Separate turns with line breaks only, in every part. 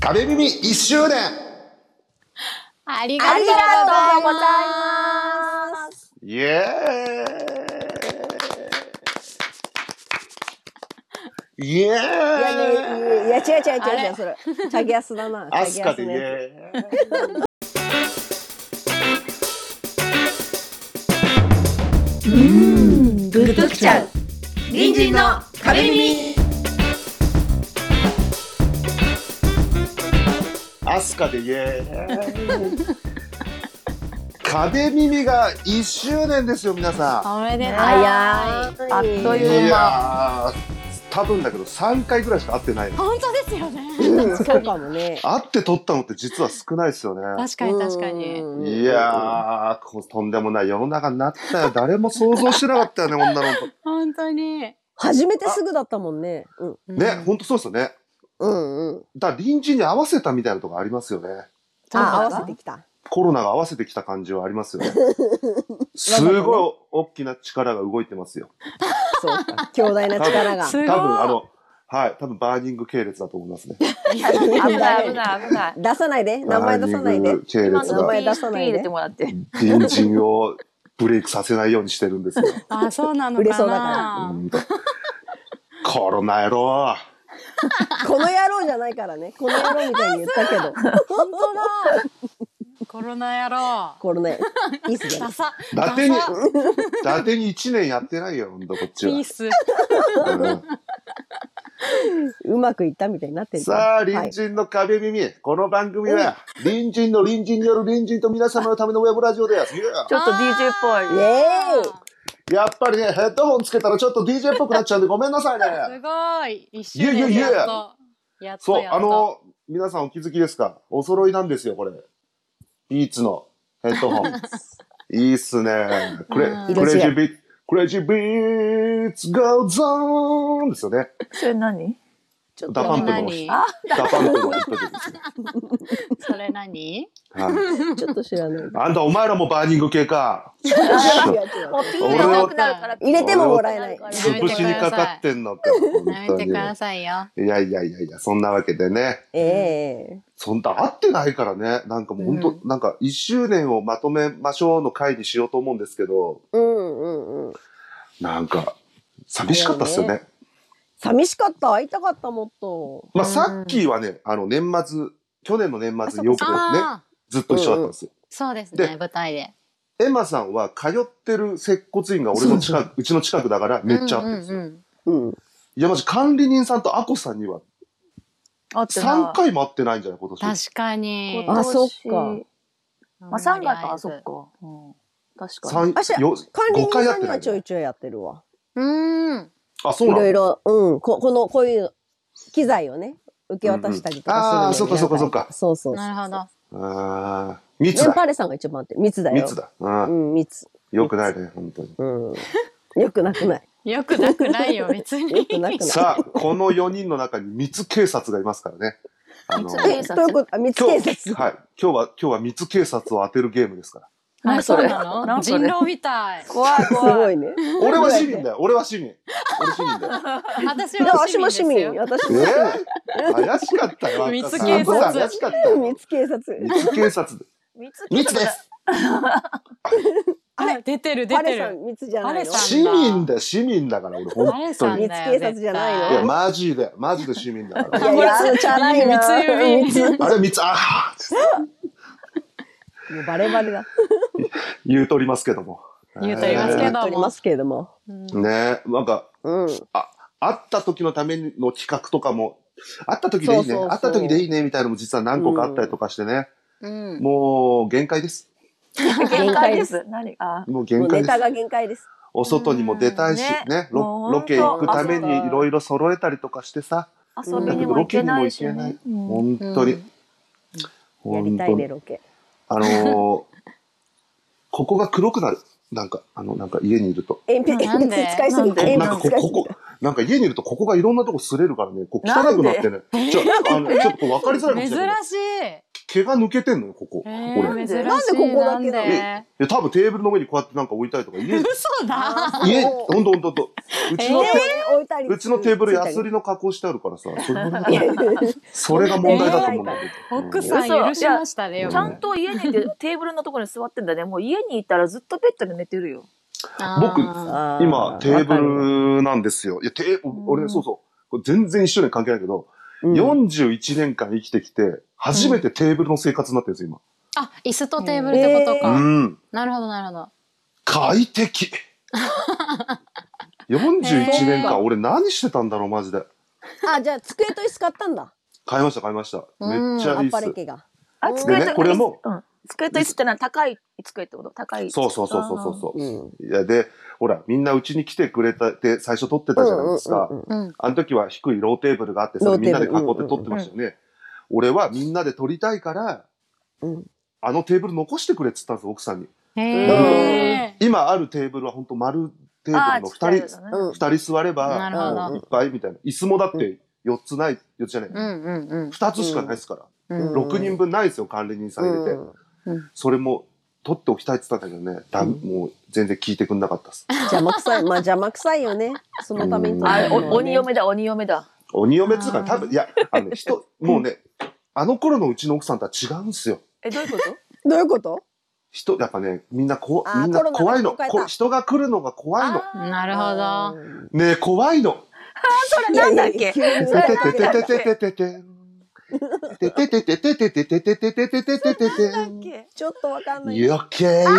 壁耳1周年
ありが
あ
とう
り
ござい
がとうござい
ます。
ます。
イエーイイエ
いやいやいや
ーイ
いや違う違う
あ
違う違
れ
うそれチャギアスだな。
ア
チ
ス
ャギ
カ
アス
でイ
の
エ
や
ーイ
グッときちゃう隣人の壁耳
アスカでイエーイ壁耳が1周年ですよ皆さ
おめでとう。
つ早い。
あっ
ん
という間
やー多分だけど3回ぐらいしか会ってないの
本当ですよね。
うんそうかもね。
会って撮ったのって実は少ないですよね
確かに確かに。
うん
いやーこうとんでもない世の中になったよ誰も想像してなかったよね女の子
本当に。
初めてすぐだったもんね。うん
ね、ほんとそうですよね
うんうん。
だから臨時に合わせたみたいなとこありますよね
あ合わせてきた。
コロナが合わせてきた感じはありますよ ねすごい大きな力が動いてますよ
そうか。強大な力が
す。ごい。
多分あのはい多分バーニング系列だと思いますね
危
危ない
な
危
い。
ない危ない。
出さないで。名前出さない
バーニ
で
ン。グ系列
今の
名
が
前出
出
さ
さ
な
ないい
で
入れてもらって。
隣人をブレイクさせないようにしてるん ですよ
あ、そうなの
売れそ
か
うだか
ほ
な。
んとコロナ野郎
この野郎じゃないからね。この野郎みたいに言ったけど。
本当だ。コロナ野郎。
これね。いいっすね
ダ。サ。
伊達に伊達に1年やってないよほんとこっち
ピ
は
ー、ス。
うん
うまくいったみたいになってる。
さあ、
は
隣
い
人の壁耳、この番組は、隣人の隣人による隣人と皆様のためのウェブラジオです。いや
ちょっと DJ っぽい。
イエーイ
やっぱりね、ヘッドホンつけたらちょっと DJ っぽくなっちゃうんで、ごめんなさいね。
すごい。一周年
いやいやいや
やっと。やっと
そう、
やっと。
あの、皆さんお気づきですかお揃いなんですよ、これ。イーツのヘッドホン。いいっすね。クレ
うん
クレイジービーツ、クレイジービーツゴーゾーンですよね。
それ何？
ちょっ
ダパンプの
何
あ
ダパンプのヒット曲ですね。
それ何？
はい
ちょっと知らない。
あんた、お前らもバーニング系か。
違う違う
もうピーがなくなるから。
入れてももらえない。
俺
つぶしにかかってんのって。
やめてくださいよ。
いやいやいやいや、そんなわけでね。
ええ
そんな会ってないからね。なんかもう本当、
う
なんか一周年をまとめましょうの会にしようと思うんですけど、
うんうんうん。
なんか、寂しかったっすよね。
寂しかった。会いたかった、もっと。
まあ、さっきはね、あの、年末、去年の年末によくね、
ああ、
ずっと一緒だったんですよ。
そうです
で
ね。舞台で。
エマさんは通ってる接骨院が俺の近く、うちの近くだからめっちゃ会ってるんですよ。
うん
うん。
いや、まじ管理人さんとアコさんには
あって
3
な。
回も会ってないんじゃない今年。
確かに。
あそっか
まあ三回かあそっか。うん確かに。
三
あし
よ
管
五
理人
回会
さ
っ
ん
て
に
ない
は
ん
ち
じゃ
ょ
ない
いちょいやってるわ。
うん。
あ、そ
いう
なの
ろいろ、うん。こ、この、こういう機材をね、受け渡したりとかするの
うんうんあーそっかそっか
なん
そっか
そうそうそう。
なるほど。
ああ、密
で
だ。
パレさんが一番会って、密だよ。
密だ。う。
うんん、密。
よくないね、本当に。
うん。よくなくない。
よくなくないよ、別 に。
よくなくない。
さあ、この4人の中に密警察がいますからね。あの、
密
今
警
え、
察
どういうことあ、密警
日、
察。
はい。今日は、今日は密警察を当てるゲームですから。
あ、
何
そ
そうれ
なの
何そ
人
れ
狼みたい。
怖い
すご
怖い。
いね。
俺は市民だよ。俺は市民。俺市民だよ。
私
でも
は
私
市民
も
です
市
よ。
民。私も市
えー、怪しかったよ。
密警察
あんたすごい怪しかった
民。
よ。
密警 察。
密警察。
密
密です。
あれ出てる出
パ
て
レさ
る。
ん密じゃな
パレ
いの
さん
市民だよ、市民だから、俺、
あ
本
れ
当
さん
に。い
密
だよ
警察じゃないの
や、マジで、マジで市民だか
い
ら。
やいや、チャラいな。
三つ
三
あれ、密、ああ、
つもうバレバレだ。
言うとりますけども。
言うとりますけども
ありますけれども。
ねえ、なんか、
うん。
あ、会った時のための企画とかも、会った時でいいね、
そうそうそう
会った時でいいね、みたいなのも実は何個かあったりとかしてね、
うん。
もう限界です。
限界です。何？あ。
もう
も
限
う
界
ネ
です
タ。が限界です。
お外にも出たいし、
うん
ね
ね
ロ
もう
ロケ行くため
本当
にいろいろ揃えたりとかしてさ、
遊びにも行けないし
ロケにも
ね
行。
うん
本当に。
や
本
りた
当
いね、
に。
ロケ。
あのー ここが黒くなる。なんか、あの、なんか家にいると。
鉛筆、
なん
鉛
で
筆使いすぎ
なん
て、
で
鉛
なんか
筆
こ
使い
こ
すぎ
こ
て。
なんか家にいるとここがいろんなとこ擦れるからね、こう汚くなってね。じゃあ、あの、ちょっとこう分かりづらいかも
珍
し
し
れない。
い。
毛が抜けてんのよ、ここ。ここ
え
これ。
ー、珍しい
なんでここだけなの
なんで
いや、多分テーブルの上にこうやってなんか置いたりとか、 家、
嘘だ
家、ほんとほんとほんと。うちのテ、
置いたり
うちのテーブル、ヤス
り。
リの加工してあるから さ、それがそれが問題だと思うんだけど。
奥さん許しましたねよ
ちゃんと家にいてテーブルのところに座ってんだね。もう家にいたらずっとベッドで寝てるよ。
僕
あ
今、テー
ル
ブルなんですよ。いや、テー
ん
俺ね、そうそう。これ全然一緒に関係ないけど、41年間生きてきて、初めてテーブルの生活になってるんですよ、
あ椅子とテーブルってこと
今。
か、
うん。
なるほどなるほど
快 適。41年
へー
間、俺何してたんだろう、マジで。
あ、じゃあ机と椅子買ったんだ。
買いました、買いました。
うん
めっち
あ
ゃいい
っ
っ
ぱれ
す。
家が。
あ、机
で
と
ねこれも
うん。机と椅子ってのは高い机ってこと高い。
そうそうそうそうそうそう。
うん。
いや、で、ほら、みんなうちに来てくれたって最初撮ってたじゃないですか。
うんうんうん
うん
あの時は低いローテーブルがあって、それみんなで囲って撮ってましたよね。俺はみんなで撮りたいから、
うん
あのテーブル残してくれっつったんです、奥さんに。
へえ
今あるテーブルは本当丸テーブルの2人、
人
うん
二人座れ
なる
ば、
ほど
いっぱいみたいな。椅子もだって4つない、4つじゃない。
うんうんうん
2つしかないですから。
うん
うん
6人分ないですよ、管理人さん入れて。それも、取っておきたいって言ったんだけどね、だもう全然聞いてくんなかったです。
邪魔くさい。まあ邪魔くさいよね。そのために
うん
取
あ
る、のはね
お鬼。嫁だ、鬼嫁だ。
鬼嫁っつうか、
あー
多分、いや、あのね、人、もうね、あの頃のうちの奥さんとは違うんですよ。
え、どういうこと
どういうこと
人、やっぱね、みんなこ
あ
う、
ー
みんな
コロナ
怖いの。
で迎えた
こ人が来るのが怖いの。
あ
なるほど
ど。
ねえ、怖いの。
それなんだっけ
いやいや
て
急に
ててててててててててててててててててててててて
ー
て
ちょっとわかんない。
余計な。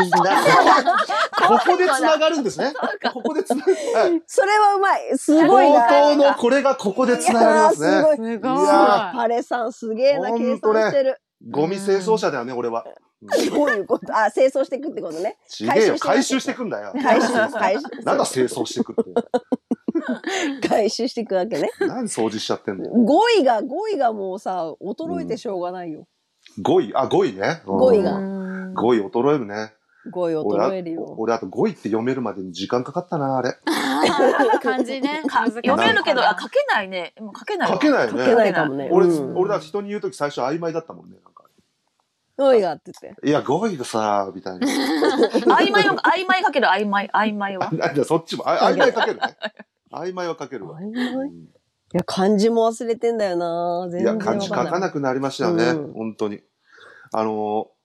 ここで繋がるんですね。ここで繋がる。はい
それはうまい。すごい
冒
な。
頭のこれがここで繋がります
いやー
ね。
ごい
す
い
ごい
や
パレさんすげえな
ほ
計
んとね
算してる。
ゴミ清掃車だよね、俺は。
どういうこと？あ、清掃していくってことね。
ちげえよ、回
回
収
収
し
して
くんだよ。
回収回収
なんだ清掃してくって。
回収していくわけね。
何掃除しちゃってんのよ。
語彙が語彙がもうさ衰えてしょうがないよ。
5位、あ、5位ね。
語彙が
うん
5位衰えるね。
語彙
俺あ
衰えるよ。
俺あと5位って読めるまでに時間かかったな、あれ。
漢字ね
か
難しい
読めるけど、あ、書けないね。もう書けないわ。
書けないよ
いけ
ね。
ないかもね。
俺、
うん
俺だって人に言うとき最初曖昧だったもんね。なんか
語彙がって言って。
いや、5位がさ、みたいな。
曖昧は、曖昧かける曖昧、曖昧は。
なんだ、そっちも。あ曖昧かけるね。曖昧はかけるわ。
曖昧
うん
いや漢字も忘れてんだよな。全
い
然
や、
わか
漢
んな
字
い。
書かなくなりましたよね。
うん
本当に。あのー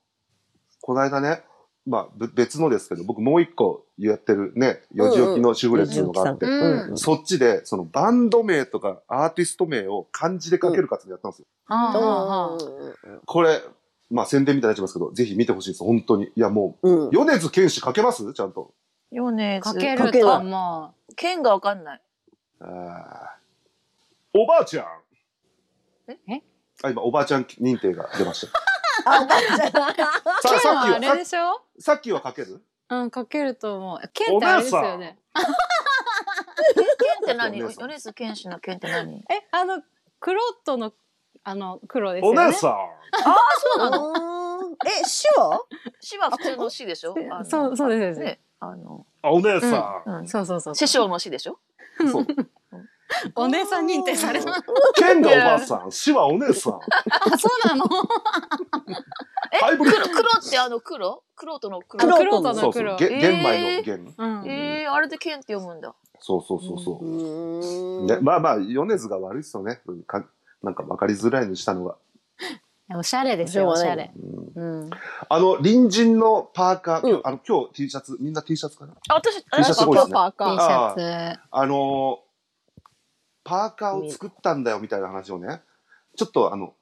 この間ね、まあ、ぶ別のですけど、僕もう一個やってるね、四時起きの主婦レっていうのがあって、
うん
うん
そっちで、そのバンド名とかアーティスト名を漢字で書けるかっていうのやったんですよ。
はあはあは
これ、まあ宣伝みたいになっちゃいますけど、ぜひ見てほしいです。本当に。いや、も
うん
う、。米津玄師書けますちゃんと。
よね
あかけ
剣
ると思
剣がわかんない。
あーおばあちゃん。
ええ
あ、今、おばあちゃん認定が出ま した。
あ、おばあちゃん。
う
ささ
剣
っき
はあ
は、
れ
さ
でしょ
さっきは書ける
うんかけると思う剣ってあれですよね
剣って 何
お
米
姉さん
津剣士の剣って何
えあのクロットのあの黒ですよ
お
ね
姉さん。
そうなの
うーんえ、死は
死は普通の死でしょ
え
あの
そうそうですそうで
ね。あの、
あお姉さ
うん
す。そうそうそう
師匠の死でしょ
そう。
お姉さん認定されます
剣がおばあさん、死はお姉さん。
あそう なの
え
ハイブリッド
黒黒ってあの黒黒との黒
黒
黒
と
そ
の
うそう。
黒
げ
えー
玄米の玄。
うん
えー、あれで剣って読むんだ。
そうそうそうそうう。
ーん。
ね、まあまあ、米津が悪いっすよね。うんかなんか分かりづらいにしたのが。
おしゃれですよおしゃれ
うん
うん
あの、隣人のパーカー、
うん
あの、今日 T シャツ、みんな T シャツかな
あ、私、あ
シャツ多いですね
パーカ
T シ
ー。
ャツ
あのーパーカーを作ったんだよみたいな話をね、ちょっとあの、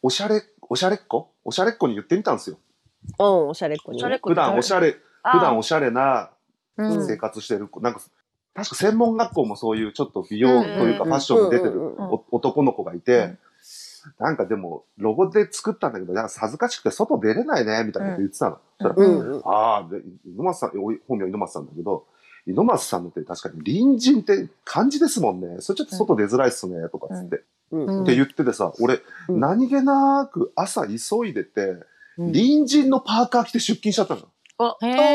おしゃれ、おしゃれっ子おしゃれっ子に言ってみたんですよ。
うん、おしゃれっ子に。
おしゃれっ子
普段おしゃれ、普段おしゃれな
う
うん
ん
生活してる子、なんか、確か専門学校もそういうちょっと美容というか
う
フ
ん
ァッションに出てる
うんうんうん
お男の子がいて、なんかでも、ロゴで作ったんだけど、なんか恥ずかしくて外出れないね、みたいなこと言ってたの。そしたら
うんうん。
ああ、で猪松さん、おい本名は猪松さんだけど、猪松さんのって確かに隣人って漢字ですもんね。それちょっと外出づらいっすね、とかっつって。
うん
って言っててさ、俺、
うん
何気なく朝急いでて、
うん
隣人のパーカー着て出勤しちゃったの。
へ
えー
隣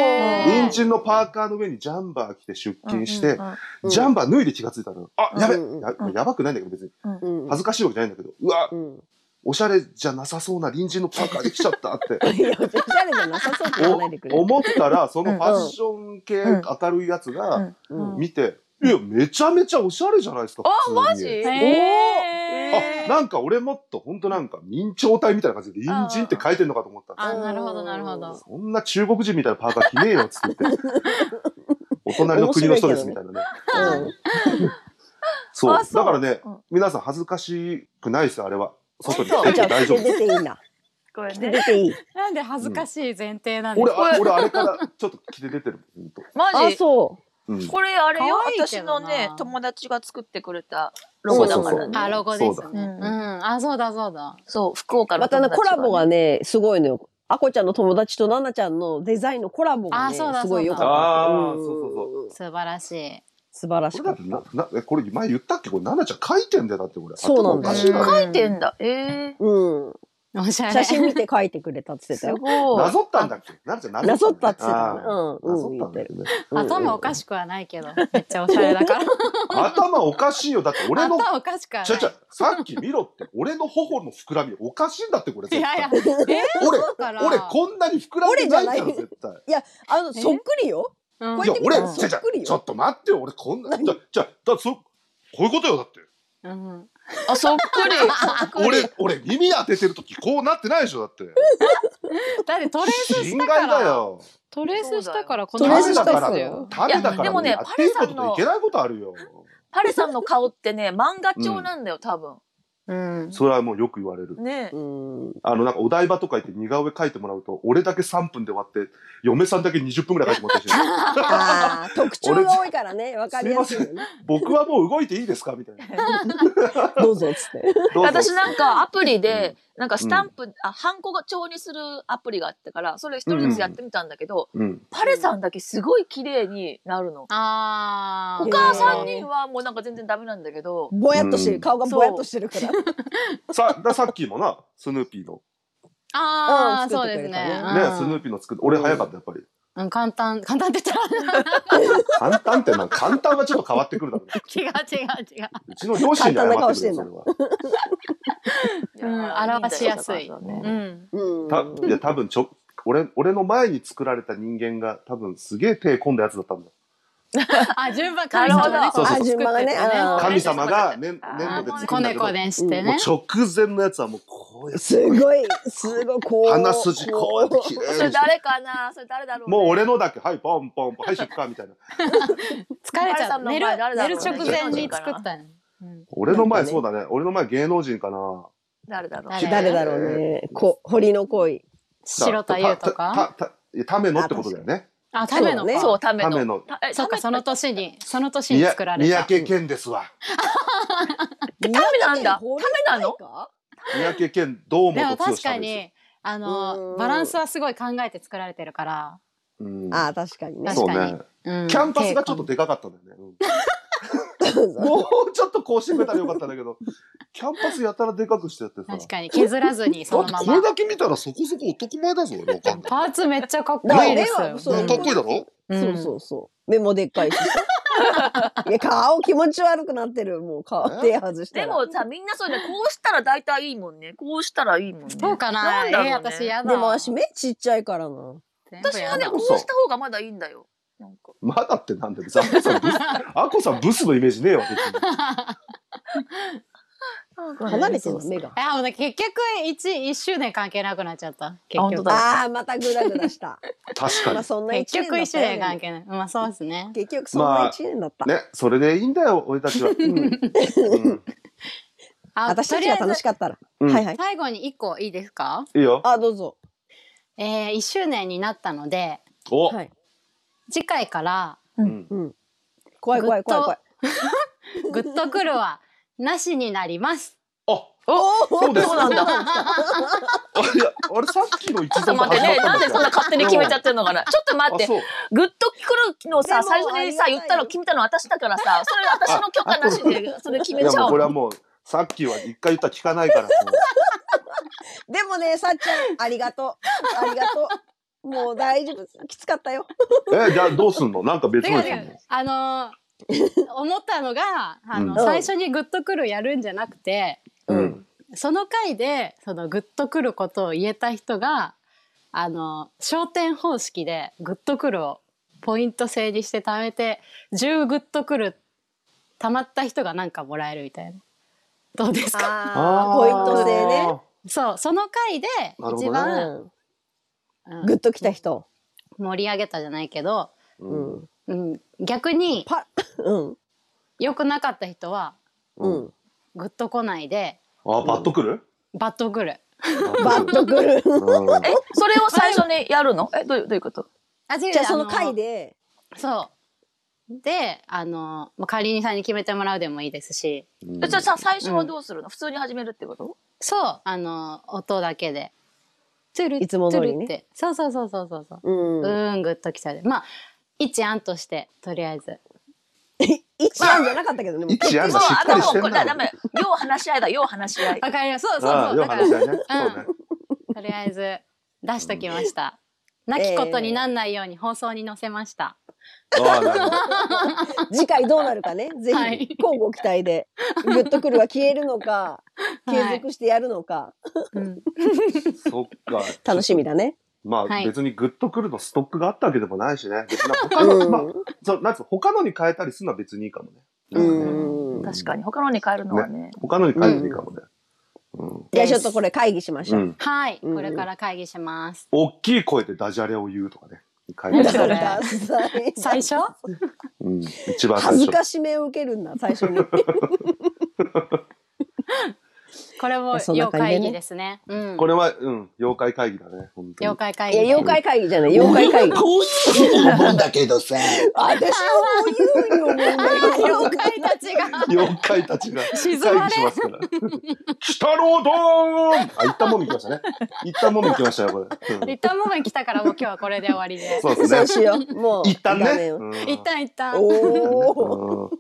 え
人のパーカーの上にジャンバー着て出勤して、
うんうんうん
ジャンバー脱いで気がついたの。あ、やべ、
うん
ややばくないんだけど別に。
うん
恥ずかしいわけじゃないんだけど、うわ、
うん
おしゃれじゃなさそうな隣人のパーカーできちゃったって
いや、おしゃれじゃなさそうって言わないでくれ
お。思ったらそのファッション系
うん
明るいやつが
うん
見て、いやめちゃめちゃおしゃれじゃないですか普通に
マジ
え
え
ー、
あなんか俺もっと本当なんか明朝体みたいな感じで隣人って書いてんのかと思ったんです
あ、なるほど、なるほど。
そんな中国人みたいなパーカー着ねえよっつって言って。お隣の国の人ですみたいなね。
うん
そう
あそう
だからね、
うん
皆さん恥ずかしくないです、あれは。外に
本
出て
当
じゃ
も
あ、
大
着
丈
て
夫です。
出ていいな。
これ
着て
ね。
出ていい。
なんで恥ずかしい前提なんです
俺、
か、
あ俺あれからちょっと着て出てる。本
マ
あ、
ジ
そ
当うん
これあれよ
可愛いけ
私
ど
の
な
ね友達が作ってくれたロゴだ
そう
か
そうそ
ら
う
ね。
あ、ロゴですね。
そううだ
ん。あ、そうだ、そうだ。
そう福
う。
岡の
ま
友
た
達
ね、コラボが
ね。
ね、すごいのよ。あこちゃんの友達とななちゃんのデザインのコラボが
あ
ね、
そうだ
すごい良かった。
あー
ん
そうそうそ
素晴らしい。
素晴
こ
らし
れだ
かっ
ってななえこれ前言ったっけこれ奈々ちゃん書いてんだよだってこれ
そうなんだ
頭おかしいだろ
書いてんだ。ええ
た。うん。
おしゃれ。
写真見て書いてくれたって言って た
す
よ。
ごい。
なぞったんだっけ奈々ちゃん
なぞったって
つ
言ってたね。うん。うん。
なぞっ
言
た
っ
ん
て
だ
る。
けどね
頭おかしくはないけど、めっちゃおしゃれだから。
頭おかしいよだって 俺の
頭おかしくは
ち
な
ゃ
い
ち。ゃさっき見ろって俺の頬の膨らみおかしいんだってこれ
い
絶
やいや、
対
えー、
俺
そうから。
俺こんなに膨らんでないから
俺じゃない
絶対
あの、そっくりよ。
うん
こ
いや
れ
俺
見たら
ちゃち
そ
ゃ
っくりよ
ちょっと待ってよ俺こんなじゃじゃだそこういうことよだって
うん
あそっく り。そっくり
俺俺耳当ててる時こうなってないでしょだって
だってトレースし
心
たか
外だ
ら、
よ
トレースしたからこ
ト
の
レー
話
ス
旅だ
した
か
っ
ら
す
です
よ
旅だ
いや
か
で
ら
もね
やってるこ
パレさ
と
んの
いけないことあるよ
パレさんの顔ってね漫画調なんだよ多分。
うん。
それはもうよく言われる
ねえ。
うん。
あのなんかお台場とか行って似顔絵描いてもらうと俺だけ3分で終わって嫁さんだけ20分ぐらい描いてもらったりしてる
あ あ、特徴が多いからね、わかりやすいよね。
僕はもう動いていいですかみたい な
どうぞっつって。
どうぞ
私なんかアプリで、なんかスタンプ、あ、ハンコが帳にするアプリがあったから、それ一人ずつやってみたんだけど、
うん
パレさんだけすごい綺麗になるの。
あー。
うん
他三人はもうなんか全然ダメなんだけど、
ぼやっとして
う
る、
ん
顔がぼやっとしてるから。
さださっきもなスヌーピーの
あ
う
ー、
ん
そう
作っ
です
てくれ
ね
たね。
ね
うん
スヌーピーの作って俺早かったやっぱり
うん、簡単、簡単って言ったら
簡単ってなんか簡単はちょっと変わってくるだろうね
違う違う違う。
うちの両親に謝
簡単な顔
っ
してて
く
ん
れ
だ
それは
うん表しやすいうん。
うん。
たいや多分ちょ俺俺の前に作られた人間が多分すげえ手込んだやつだったんだ
あ、順番神様がね、
そうそうそう
作っててね
あ順番がねあー
神様がね粘土で作
こ
るんだ
ね
けど
こねし
も
て
う
ね。
直前のやつはもうこうやっ
すごい、すごい、こう。
て鼻筋こうやって綺麗に
それ誰かなそれ誰だろう、ね、
もう俺のだけはいポンポンポンはい出荷みたいな
疲れちゃう。寝る
神様の前誰だろう
寝る直前に作ったの。うん
俺の前
なんかね
そうだね俺の前芸能人かな
誰だろう、
誰
誰だろうね。こ、堀の恋。
白田優と
た
か。
たたいやためのってことだよね
あ、ための
そうね
そう、
か。
ための。
ための
たえ
そうか、
た
そ
め
の年に、その年に
宮
作られ
三
た。
宅健ですわ
ため
なんだ
た
ためなの
三宅健堂
で
本
も
剛
確
さ
か
んです
に、あ
う
の、
ん
バランスはすごい考えて作られてるから。
うん
ああ、確かにね。
そう
確
ね
うん
キャンパスがちょっとでかかったんだよね、うんもうちょっとこうしてくれたらよかったんだけど、キャンパスやたらでかくしてやってさ。
確かに削らずにその
だっ
ま
てこれ
ま。
だけ見たらそこそこ男前だぞ、わかんない。
パーツめっちゃかっこ
だから
いいです
目はそ
よ。
う
かっこいいだろ
そうそうそう。目もでっかいしさ。いや、顔気持ち悪くなってる。もう顔手外した
で
ら。
もさ、みんなそうね、こうしたら大体いいもんね。こうしたらいいもんね。
そうかな。
ん
え
だろう
ー、
ね
私やだ。
でも私目ちっちゃいからな。
私はね、
全
こ
部やだ
うした方がまだいいんだよ。なんか。
まだってなんだよ。ザコさんブス、アコさんブスのイメージねえわ、別に。
離れてるの目が。
あ、もうね結局一一周年関係なくなっちゃった。結
本当
局。
だ
ああ、またグダグダした。
確
まあ
か
そんな一
結
年
局
だっ
一周
たよ
年関係ない。まあそうですね。
結局そんな一年だった。
に。ね、それでいいんだよ、俺たちは。うん。うん
あ
私たちが楽し
か
かったら。
うん
はいはい。
最後に一個いいですか？
いいよ。
あ、どうぞ。
えー、一周年になったので
お
はい
次回から
うん
怖い怖い怖い怖い。
グッとくるはなしになります。
あ、
おお
そうです
そうなんだ。
あいや、あれさっきの一
ちょっと
存
待ってね、なんでそんな勝手に決めちゃ
っ
ってるのかな。ちょっと
た
待っ
あ、
て、
そう。
グッとくるの
で
さ、
も
最初にさ、
あり
言
が
った
い
たの、決めたの私だからさ、それ私の許可なしで、それ決
い
め
や、
ちゃ
もう
お
これ
う。
はもう、さっきは一回言ったら聞かないから。
でもね、さっちゃん、ありがとう。ありがとう。もう大丈夫。きつかったよ。
え、じゃあどうすんのなんか別
だ
の
か
やつや
ら
んの
あの ー思ったのがあの、
うん
最初にグッとくるやるんじゃなくて。
うん。
その回でそのグッとくることを言えた人があの焦点方式でグッとくるをポイント制にして貯めて10グッとくる貯まった人がなんかもらえるみたいなどうですか
あーポイント制ね。
そうその回で
なるほ
一
ど
う
番、
ん
うん
グッときた人。
盛り上げたじゃないけど、
う
うんん。
うん、逆に
パ、うん。
良くなかった人は
うん。
グッとこないで
あバットくる
バッとくる
バッとく る。
うん
え、それを最初にやるのえ、どういう、どういうこと
あ違う
じゃあその
の
回で。
そうであの、まあ、管理人さんに決めてもらうでもいいですし
うん
えじゃあさ、最初はどうするの普通に始めるってこと
そうあの音だけでトゥル
いつも通りね
トゥルってそうそうそうそうそうそう
うん
うーんグッときたでまあ一案としてとりあえず
一案じゃなかったけどね。もう
一案だ
そう、
しっかりし
頭
て
をこ
ん
れだ、
な
ダメ。よう話し合いだ、よう話し合い。
わかりますそうそう
あ
そ
あ
う
よ
だ
く
から
話し合いね
う
そ
ん
うね
とりあえず出しときました、なきことになんないように放送に載せました、
ああなるほど
次回どうなるかね。ぜ
は
ひ
い、
交互期待で。グッとくるは消えるのか、継
はい
続してやるのか、
うん
そっか
楽しみだね。
ま
は
あ
い
別にグッとくるのストックがあったわけでもないしね別に他のまあ
う
そうなんつうの他のに変えたりするのは別にいいかもね
ん。うん。
確かに。他のに変えるのはね。
他のに変えてもいいかもねうん
じゃあちょっとこれ会議しまし
う
ょう。
ん
はい、
うん
これから会議します。
大きい声でダジャレを言うとかね変え
ん
て
だ
み
か
る
それ
ら、
最 初
うん一番最
恥ず
初
かしめを受けるんだ、最初 に。
これも
そんな
要
感じでね
会議ですね。うん
こ。れはうん妖怪会議だね本当に
要会会
い
議。
や、妖怪会議じゃない、妖怪会議。
こういう思うんだけどさ。
私はもう言うよ、もう
妖怪たちが。
妖怪たちが会議
静
し
ま
ま
れ
すから。北郎ドーンあ、一旦もみ来ましたね。一旦もみ来ましたよ、これ。うん
リターンモーメン来たからもう今日はこれで終わりで。
そうです
そ
ね
う。しよう。もう。
一旦
ダ
ね
メ。よ
うん
一旦一旦。
おお。
うん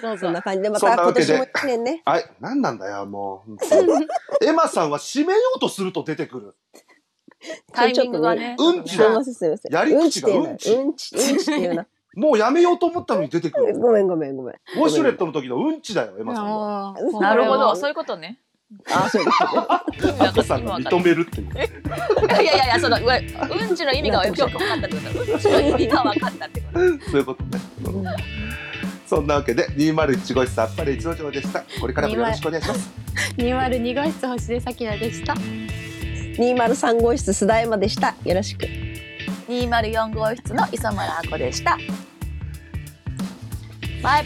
どう
そん
ぞ
な。感じで、ま
そ
た
んなわけ
今
で
年も一年ね。
はい、なんなんだよ、もう。エマさんは締めようとすると出てくる。
タイミングがね。
うんち
すい
だ
ません、すいません。
やり
うん
口
ちっ
が
て言
う
うな。うんん
ち
ち、うんちって言うな。
もうやめようと思ったのに出てくる。
ごめん、ごめん、ごめん。
ウォシュレットの時のうんちだよ、エマさんは。
も
う
う
なるほ
こ
ど、そういうことね。
あ、そうです。
アコさ んが認めるっていう。
いやいやいや、その、うわうんちの意味が今日分かったってことうんちの意味が分かったってこと。
そういうことね。うんそんなわけで、201号室さっぱり一の城でした。これからもよろしくお願いします。
れも202号室星出咲菜でした。
二丸三号室須田山でした。よろしく。
204号室の磯村あこでした。バイバイ。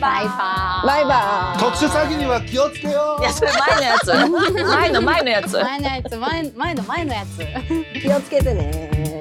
バイバ
特殊詐欺には気をつけよ
いうや、それ 前のやつ。前の前のやつ。
前のやつ、前前の前のやつ。
イ。気をつけてね。